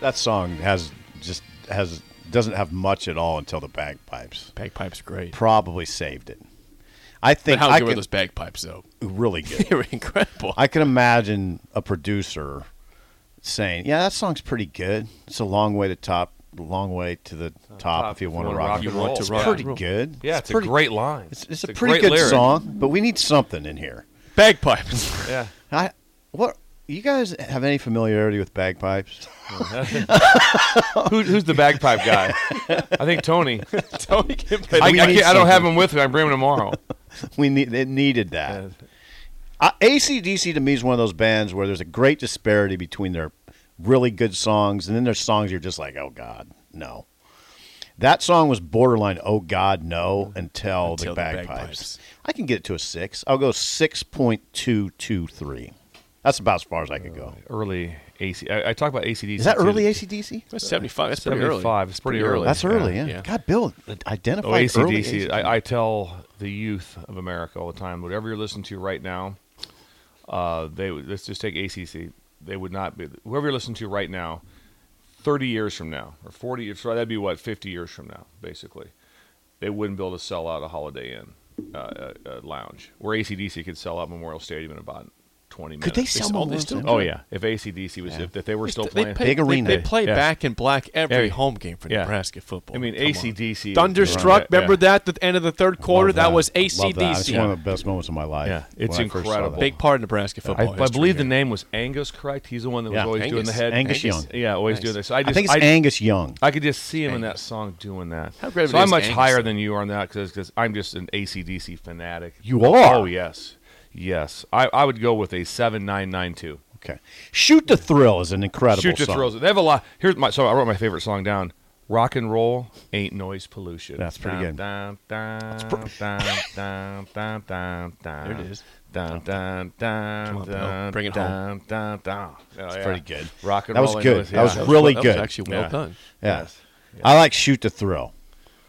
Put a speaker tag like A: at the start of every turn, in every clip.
A: That song has just has doesn't have much at all until the bagpipes.
B: Bagpipes, great.
A: Probably saved it. I
B: But
A: think
B: how
A: I
B: good were
A: can,
B: those bagpipes, though?
A: really good.
B: They were incredible.
A: I can imagine a producer saying, "Yeah, that song's pretty good. It's a long way to top, long way to the top, if you want to rock,
B: and
A: it.
B: roll.
A: It's
B: rock
A: pretty
B: roll.
A: good.
C: Yeah, it's,
A: pretty,
C: a great line.
A: It's, it's a pretty good
C: lyric.
A: song, but we need something in here.
B: bagpipes.
C: Yeah.
A: I what you guys have any familiarity with bagpipes?
C: Who, who's the bagpipe guy? I think Tony.
B: Tony can play
C: I, I,
A: We
C: can't-
A: need
C: I don't have
A: something.
C: him with me. I bring him tomorrow.
A: we need it needed that.
C: Yeah.
A: Uh, ACDC to me is one of those bands where there's a great disparity between their really good songs and then there's songs you're just like, oh God, no. That song was borderline, oh God, no, until,
B: Until
A: the,
B: the
A: bagpipes.
B: bagpipes.
A: I can get it to a six. I'll go 6.223. That's about as far as I could go.
C: early AC. I, I talk about ACDC.
A: Is that
C: too.
A: early ACDC?
B: That's 75. That's pretty early.
C: 75. It's pretty early.
A: That's early, yeah.
B: yeah.
A: God, Bill,
C: Oh,
A: identify early
C: ACDC.
A: AC/DC.
C: I, I tell the youth of America all the time, whatever you're listening to right now, uh, they would- let's just take ACC. They would not be whoever you're listening to right now. Thirty years from now, or forty years, that'd be what fifty years from now, basically. They wouldn't be able to sell out a Holiday Inn uh, uh, uh, lounge, where ACDC could sell out Memorial Stadium in about twenty minutes.
A: Could they sell
B: still-
A: more?
B: they still-
A: than-
C: Oh yeah, if ACDC was if, if they were still
B: They
C: playing,
B: play-
A: Big
B: they-
A: arena.
B: They, play
C: Yeah.
B: back in black every
C: Every-
B: home game for
C: yeah.
B: Nebraska football.
C: I mean,
B: Come on.
C: ACDC.
B: Thunderstruck.
C: Yeah,
B: Remember
C: yeah.
B: that at the end of the third quarter?
A: Love
B: That, was
A: I love that. It's one
B: ACDC.
A: of the best moments of my life.
B: Yeah.
A: when
C: It's
A: I first saw that.
C: incredible.
B: Big part of Nebraska
C: I,
B: football.
C: I believe
B: history
C: the name was Angus, correct? He's the one that was
A: Yeah.
C: always doing the
B: Angus.
C: head.
A: Angus Young.
C: Yeah, always doing this. I, just,
A: I think it's Angus Young.
C: I could just see him in that song doing that.
B: How great of
C: so
B: it
C: I'm
B: is
C: much
B: Angus,
C: higher
B: though.
C: than you are on that because I'm just an ACDC fanatic.
A: You are?
C: Oh, yes. Yes. I, I would go with a 7992.
A: Okay. Shoot the Thrill is an incredible
C: Shoot your
A: song.
C: thrills. They have a lot. Here's my. So I wrote my favorite song down. Rock and roll ain't noise pollution.
A: That's pretty good.
C: Dun, dun, dun, dun, dun, dun, dun.
B: There it is.
C: Dun, dun, dun,
B: Come on, Bill.
C: dun,
B: Bring it
C: dun, Dun, dun. That's
A: pretty good.
C: Rock and
A: That was
C: roll. ain't
A: good.
C: noise-
A: That was
C: yeah.
B: there.
A: really
B: That was
A: good.
B: actually well
C: Yeah.
B: done.
A: Yeah.
C: Yes.
A: I like Shoot the Thrill.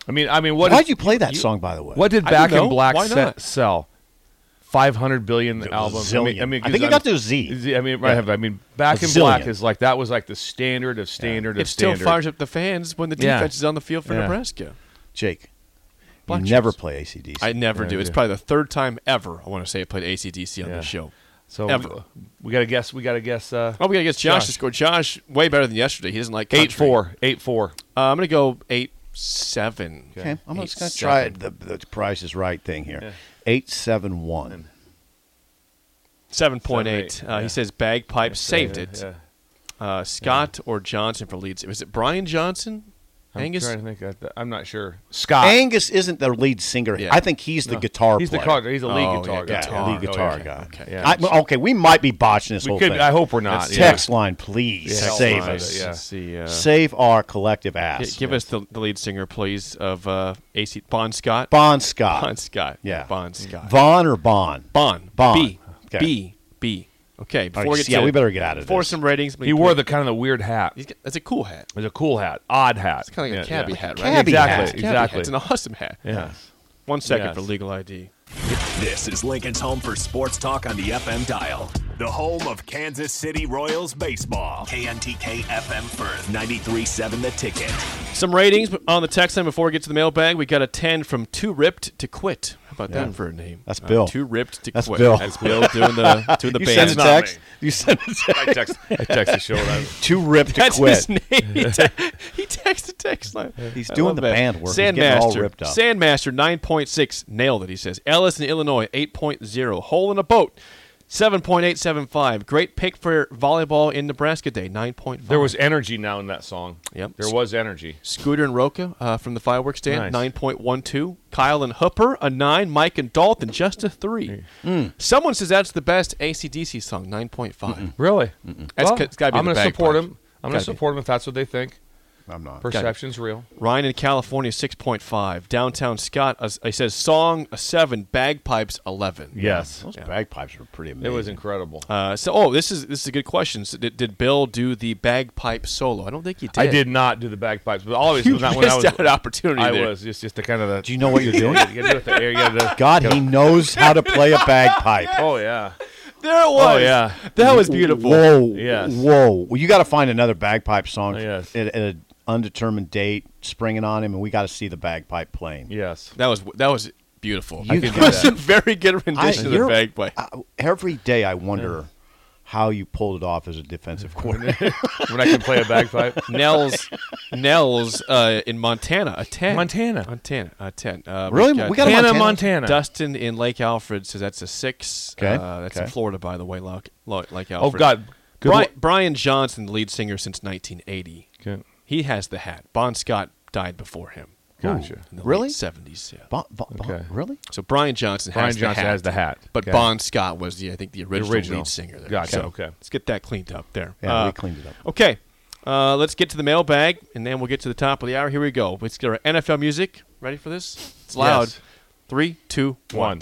C: I mean, I mean, what?
A: Why'd
C: is-
A: you play that song, by the way?
C: What did
B: I don't
C: Back in
B: know.
C: Black
B: Why
C: se-
B: not?
C: sell? Five hundred billion
A: A
C: albums. I mean,
A: zillion.
C: I, mean,
A: I think it
C: I'm-
A: got to a Z.
C: Z- I mean, right, I mean, Back
A: A
C: in Black
A: zillion.
C: is like that was like the standard of standard
B: It
C: of
B: still
C: standard.
B: fires up the fans when the
C: Yeah.
B: defense is on the field for
C: Yeah.
B: Nebraska.
A: Jake, you
B: Black
A: never
B: Shoes.
A: play ACDC.
B: I never do. It's
C: yeah.
B: probably the third time ever I want to say I played ACDC on
C: Yeah.
B: this show.
C: So
B: Ever.
C: we, we got to guess. We got to guess. Uh,
B: Oh, we gotta get Josh, to
C: Josh.
B: score. Josh way better than yesterday. He doesn't like country.
C: eight four. Eight four.
B: Uh, I'm gonna go eight seven.
A: okay, I'm just
B: Eight,
A: going to try
B: seven.
A: the, the Price is Right thing here. 871.
B: Seven point
C: Seven,
B: eight.
C: eight,
B: Uh,
C: yeah.
B: He says bagpipe saved
C: Yeah,
B: it.
C: yeah.
B: Uh, Scott or Johnson for Leeds. Was it Brian Johnson?
C: I'm
B: Angus.
C: trying to think of that. I'm not sure. Scott.
A: Ah. Angus isn't the lead singer.
B: Yeah.
A: I think he's the guitar
C: he's the
A: player.
C: car. He's a lead
B: Oh,
C: guitar
B: yeah,
C: guy.
A: yeah, lead
B: Oh,
A: guitar
B: okay.
A: guy.
B: Okay.
C: Yeah.
A: I, okay, we might be botching this
C: We
A: whole
C: could-
A: thing.
C: I hope we're not. yeah.
A: Text line, please.
C: Yeah.
A: Save
C: Text line,
A: us.
C: yeah.
B: Let's see. Uh,
A: Save our collective
B: gi-
A: ass.
B: give us the, the lead singer, please, of uh, AC Bon Scott.
A: Bon Scott.
B: Bon Scott.
A: Yeah.
B: Bon Scott.
A: Vaughn or Bon?
B: Bon.
A: Bon.
B: B.
A: Okay.
B: B. B. Okay. Before
A: All right,
B: we get
A: yeah,
B: to-
A: we better get out of
B: before
A: this.
B: some ratings.
C: He wore the kind of the weird hat.
B: He's got, that's a cool hat.
C: It's a cool hat, odd hat.
B: It's kind of like
C: Yeah,
B: a cabbie
C: yeah.
B: hat, right?
A: Cabbie
C: Exactly,
A: hat.
B: Cabbie hat.
C: exactly.
B: It's an awesome hat.
C: Yes.
B: One second
C: Yes.
B: for legal ID.
D: This is Lincoln's home for sports talk on the FM dial.
E: The home of Kansas City Royals baseball.
D: KNTK FM Firth 93.7 The Ticket.
B: Some ratings on the text line before we get to the mailbag. We got a 10 from Too Ripped to Quit. How about that for a name?
A: That's
B: Uh,
A: Bill.
B: too Ripped to
A: That's
B: Quit.
A: Bill.
B: That's Bill doing the, doing the
A: you
B: band.
A: send a text. You send a text.
C: I text. I text the show. that-
A: Too ripped to
B: That's
A: quit.
B: his name. He, te- he texted text line.
A: He's
B: I
A: doing
B: love
A: the
B: that.
A: band work. He's getting
B: Sandmaster,
A: all ripped up.
B: Sandmaster 9.6 nailed it. He says Ellis in Illinois 8.0. Hole in a boat 7.875. Great pick for volleyball in Nebraska Day 9.5.
C: There was energy now in that song.
B: Yep.
C: There was energy.
B: Scooter and Roca uh, from the fireworks stand
C: Nice.
B: 9.12. Kyle and Hooper a nine. Mike and Dalton just a three.
A: Hmm.
B: Someone says that's the best ACDC song 9.5.
C: Really?
B: That's- it's gotta be
C: I'm
B: the
C: gonna support
B: bagpipes.
C: him. I'm going
B: Gotta be.
C: to support him if that's what they think.
A: I'm not.
C: Perception's real.
B: Ryan in California, 6.5. Downtown Scott, uh, he says song, a 7. Bagpipes, 11.
C: Yes.
A: Those bagpipes were pretty
C: It
A: amazing.
C: was incredible.
B: Uh, so, oh, this is this is a good question. So did, did Bill do the bagpipe solo? I don't think he did.
C: I did not do the bagpipes, but obviously
B: You
C: it was not when I
B: missed
C: was
B: out an opportunity
C: I
B: there.
C: was just just the kind of the.
A: Do you know what you're doing?
C: You gotta do it there, you gotta do it.
A: God, he knows how to play a bagpipe.
C: Oh yeah.
B: There it was.
C: Oh, yeah.
B: That was beautiful.
A: Whoa,
C: Yes.
A: whoa. Well, you got to find another bagpipe song
C: Yes.
A: at, at an undetermined date, springing on him, and we got to see the bagpipe playing.
C: Yes.
B: That was that was beautiful.
A: You
B: it
A: could do
B: was a
A: that.
B: very good rendition of the
A: you're-
B: bagpipe.
A: I, every day I wonder how you pulled it off as a defensive coordinator.
C: when I can play a bagpipe.
B: Nels, Nels uh, in Montana, a ten.
C: Montana.
B: Montana, a ten. Uh,
A: Really?
B: we've
A: We got a
C: Montana,
A: Montana?
C: Montana.
B: Dustin in Lake Alfred says that's a six.
A: Okay,
B: Uh, that's in
A: okay.
B: Florida, by the way. Lake, Lake Alfred.
C: Oh God. Good
B: Bri-
C: lo-
B: Brian Johnson, the lead singer since 1980.
C: Good.
B: He has the hat. Bon Scott died before him.
C: Gotcha.
B: In the
A: Really?
B: Late 70s. Yeah.
A: Bon- Bon- Bon-
C: Okay.
A: Really?
B: So Brian Johnson
C: Brian
B: has
C: Johnson
B: the hat.
C: has the hat.
B: But
C: Okay.
B: Bon Scott was the I think the original,
C: original.
B: lead singer there.
C: Gotcha,
B: So
C: okay.
B: Let's get that cleaned up there.
A: Yeah,
B: Uh,
A: we cleaned it up.
B: Okay. Uh, let's get to the mailbag and then we'll get to the top of the hour. Here we go. Let's get our NFL music. Ready for this? It's loud.
C: Yes.
B: Three, two, one.
C: One.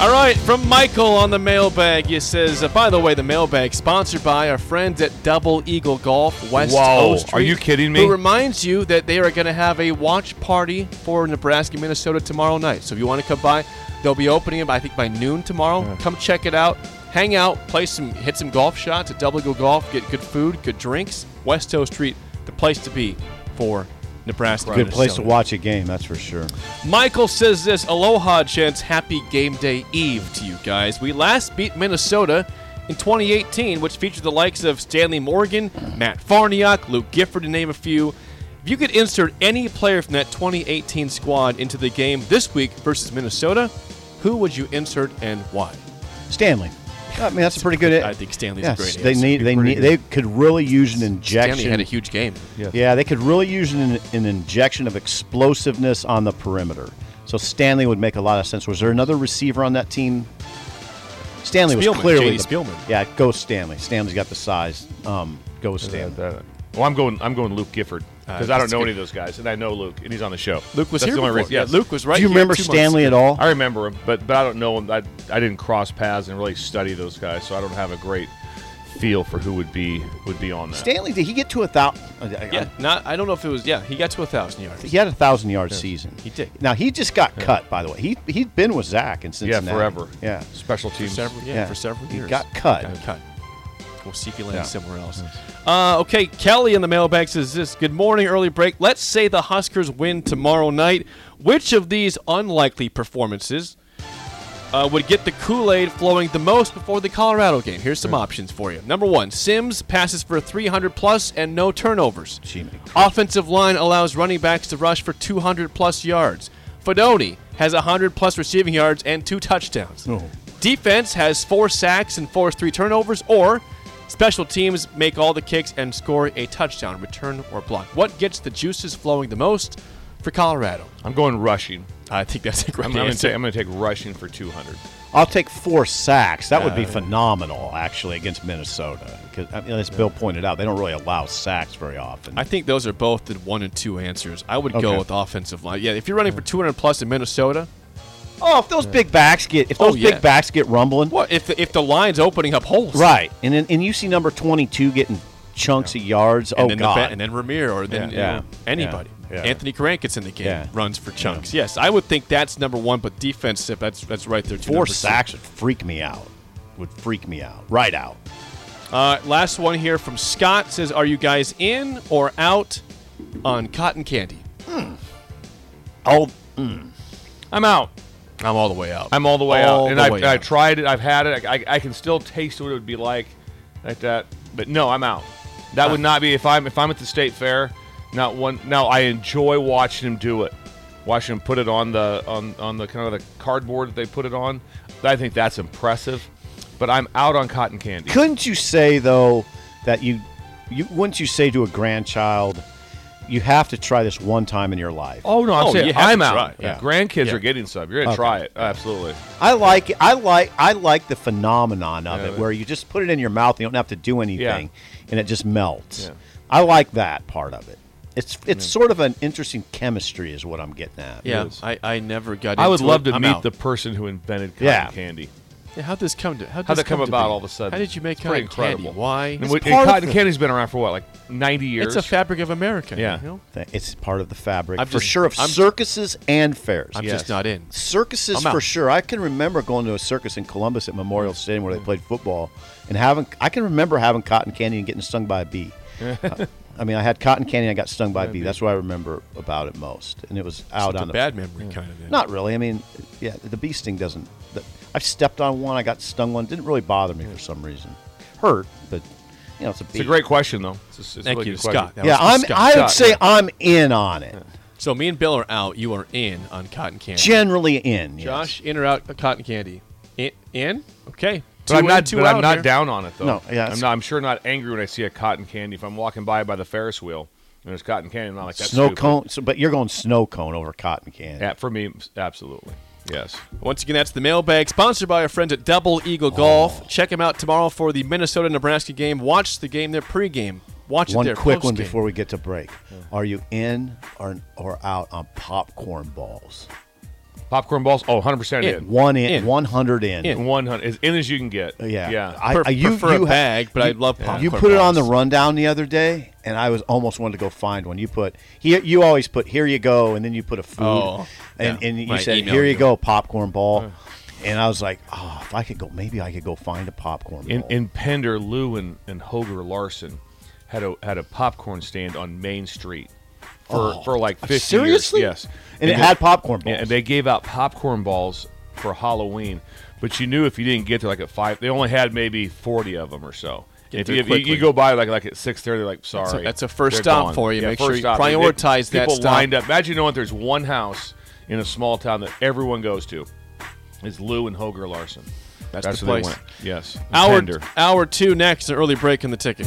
B: All right, from Michael on the mailbag. He says, uh, by the way, the mailbag sponsored by our friends at Double Eagle Golf West
C: Whoa,
B: O
C: are
B: Street.
C: you kidding me?
B: Who reminds you that they are going to have a watch party for Nebraska, Minnesota tomorrow night. So if you want to come by, they'll be opening it, I think, by noon tomorrow. Come check it out. Hang out, play some, hit some golf shots at Double Eagle Golf, get good food, good drinks. West O Street, the place to be for Nebraska.
A: Good place to
B: Minnesota.
A: watch a game, that's for sure.
B: Michael says this Aloha, gents. Happy game day eve to you guys. We last beat Minnesota in 2018, which featured the likes of Stanley Morgan, Matt Farniak, Luke Gifford, to name a few. If you could insert any player from that 2018 squad into the game this week versus Minnesota, who would you insert and why?
A: Stanley. I mean, that's a pretty good.
B: I think Stanley's a
A: yes,
B: great
A: They
B: answer.
A: need. They need. They could really use an injection.
B: Stanley had a huge game.
A: Yeah, they could really use an, an injection of explosiveness on the perimeter. So Stanley would make a lot of sense. Was there another receiver on that team? Stanley was
B: Spielman,
A: clearly
B: J.D.
A: the-
B: Spielman.
A: Yeah, go Stanley. Stanley's got the size. Um, go with Stanley.
C: That- well, I'm going. I'm going Luke Gifford because
B: Uh,
C: I
B: that's
C: don't know
B: good.
C: any of those guys, and I know Luke, and he's on the show.
B: Luke was
C: That's
B: here.
C: the only
B: before.
C: reason- yes.
B: Yeah, Luke was right.
A: Do you
B: here
A: remember
B: two months
A: Stanley at
B: ago.
A: all?
C: I remember him, but but I don't know him. I I didn't cross paths and really study those guys, so I don't have a great feel for who would be would be on that.
A: Stanley, did he get to a thousand?
B: Yeah, not. I don't know if it was. Yeah, he got to a thousand yards.
A: He had a thousand yard season.
B: He did.
A: Now he just got cut. By the way, he he'd been with Zach in
C: yeah,
A: Cincinnati.
C: forever.
A: Yeah.
C: special teams.
B: several, yeah,
A: Yeah.
B: for several
A: He
B: years.
A: got cut.
B: Got cut. We'll see if he lands
A: Yeah.
B: somewhere else. Uh, okay, Kelly in the mailbag says this. Good morning, early break. Let's say the Huskers win tomorrow night. Which of these unlikely performances uh, would get the Kool Aid flowing the most before the Colorado game? Here's some options for you. Number one, Sims passes for 300 plus and no turnovers.
A: Gee, my
B: Offensive line allows running backs to rush for 200 plus yards. Fedoni has 100 plus receiving yards and two touchdowns.
A: Oh.
B: Defense has four sacks and forced three turnovers, or Special teams make all the kicks and score a touchdown, return, or block. What gets the juices flowing the most for Colorado?
C: I'm going rushing.
B: I think that's a great
C: I'm, I'm going
B: answer.
C: to take rushing for 200.
A: I'll take four sacks. That would be phenomenal, actually, against Minnesota. Because I mean, as Bill pointed out, they don't really allow sacks very often.
B: I think those are both the one and two answers. I would
A: Okay.
B: go with offensive line. Yeah, if you're running for 200 plus in Minnesota,
A: oh, if those big backs get if
B: Oh,
A: those
B: yeah.
A: big backs get rumbling,
B: what if the, if the line's opening up holes?
A: Right, and then and you see number twenty two getting chunks of yards.
B: And
A: oh
B: then the
A: God!
B: fa- and then Ramir or then you know,
C: Yeah.
A: Yeah.
B: anybody.
A: Yeah. Yeah.
B: Anthony Grant gets in the game,
A: Yeah.
B: runs for chunks. Yes, I would think that's number one, but defensive, that's that's right there. Two
A: four
B: number two.
A: sacks would freak me out. Would freak me out. Right out.
B: Uh, last one here from Scott says, "Are you guys in or out on cotton candy?"
A: Hmm. Oh,
C: I'm out.
B: I'm all the way out.
C: I'm all the way
B: All
C: out. And
B: the
C: I've,
B: way
C: I've
B: out.
C: tried it. I've had it. I, I, I can still taste what it would be like, like that. But no, I'm out. That would not be if I'm if I'm at the state fair. Not one. Now I enjoy watching him do it, watching him put it on the on on the kind of the cardboard that they put it on. I think that's impressive. But I'm out on cotton candy.
A: couldn't you say though that you you wouldn't you say to a grandchild, you have to try this one time in your life.
C: Oh no, I'm
B: Oh, you
C: saying
B: have
C: I'm
B: to
C: out.
B: try it,
C: Yeah.
B: yeah.
C: Grandkids
B: Yeah.
C: are getting some. You're gonna
A: Okay.
C: try it. Absolutely.
A: I like I like I like the phenomenon of
C: Yeah,
A: it
C: but-
A: where you just put it in your mouth and you don't have to do anything and it just melts.
C: Yeah.
A: I like that part of it. It's it's sort of an interesting chemistry is what I'm getting at.
B: yeah, I, I never got.
C: I would
B: into
C: love
B: it.
C: to
B: I'm
C: meet
B: out.
C: the person who invented cotton
A: Yeah.
C: candy.
B: Yeah, how'd this come to? How'd,
C: How'd
B: this
C: that come
B: to
C: about
B: be?
C: all of a sudden?
B: How did you make
C: It's pretty
B: cotton candy?
C: incredible.
B: Why?
C: And, we- and
A: part of
C: cotton
A: the-
C: candy's been around for what, like ninety years?
B: It's a fabric of America. you
C: Yeah.
B: know?
A: Th- It's part of the fabric
B: I'm
A: for
B: just-
A: sure of
B: I'm-
A: circuses and fairs.
B: I'm
C: Yes.
B: just not in.
A: Circuses
B: I'm out.
A: for sure. I can remember going to a circus in Columbus at Memorial Stadium
B: Mm.
A: where they played football and having I can remember having cotton candy and getting stung by a bee. Uh, I mean, I had cotton candy and I got stung by a bee. That's what I remember about it most. And it was out
B: It's a
A: on the
B: bad memory kind of. thing.
A: Not really. I mean, yeah, the bee sting doesn't. The, I've stepped on one. I got stung one. Didn't really bother me for some reason. Hurt, but you know, it's a bee.
C: It's a great question, though. It's a, it's a
B: Thank
C: really
B: you,
C: good question.
B: Scott. That
A: Yeah,
B: was
A: I'm.
B: disgusting.
A: I would
C: Scott,
A: say
C: yeah.
A: I'm in on it.
B: So me and Bill are out. You are in on cotton candy.
A: Generally in. yes.
B: Josh, in or out of cotton candy? In. in? Okay.
C: But I'm
B: in,
C: not,
B: two
C: but
B: out
C: I'm not
B: here.
C: down on it, though.
A: No, yeah,
C: I'm,
A: it's-
C: not, I'm sure not angry when I see a cotton candy. If I'm walking by by the Ferris wheel and there's cotton candy, I'm not like, that's
A: snow
C: stupid.
A: cone. So, but you're going snow cone over cotton candy.
C: Yeah, for me, absolutely. Yes.
B: Once again, that's the mailbag sponsored by our friends at Double
C: Oh.
B: Eagle Golf. Check them out tomorrow for the Minnesota Nebraska game. Watch the game there pregame. Watch it
A: One
B: there.
A: quick one
B: postgame.
A: before we get to break. Are you in or or out on popcorn balls?
C: Popcorn balls, oh, 100%
B: In.
C: in.
A: One in,
B: In.
A: one hundred in.
C: 100, as in as you can get.
A: Yeah,
C: Yeah.
A: I,
B: Pref-
A: I you,
B: prefer a
A: you ha-
B: bag, but I love
A: You
B: popcorn
A: put it on the
B: balls.
A: rundown the other day, and I was almost wanted to go find one. You put here. You always put here you go, and then you put a food,
B: Oh,
A: and,
B: yeah.
A: and you
B: When I
A: said
B: emailed
A: here you
B: you.
A: go popcorn ball, and I was like, oh, if I could go, maybe I could go find a popcorn
C: In,
A: ball.
C: in Pender, Lou and, and Hoger Larson had a had a popcorn stand on Main Street for, for like 50 years.
A: Oh, seriously?
C: Yes.
A: And it
C: they-
A: had popcorn
C: Yeah,
A: balls.
C: and they gave out popcorn balls for Halloween, but you knew if you didn't get there like at 5, they only had maybe 40 of them or so.
B: Get
C: If
B: there
C: you, if you-
B: quickly.
C: you go by like like at 6:30 they're like sorry.
B: that's a first
C: they're
B: stop for you. Make
C: first
B: sure you
C: stop. They- they-
B: prioritize that
C: People
B: stop.
C: lined up. Imagine knowing there's one house in a small town that everyone goes to. It's Lou and Hoger Larson.
B: That's the
C: where they
B: place.
C: went. Yes.
B: Hour,
C: Pender.
B: hour two next, an early break in the ticket.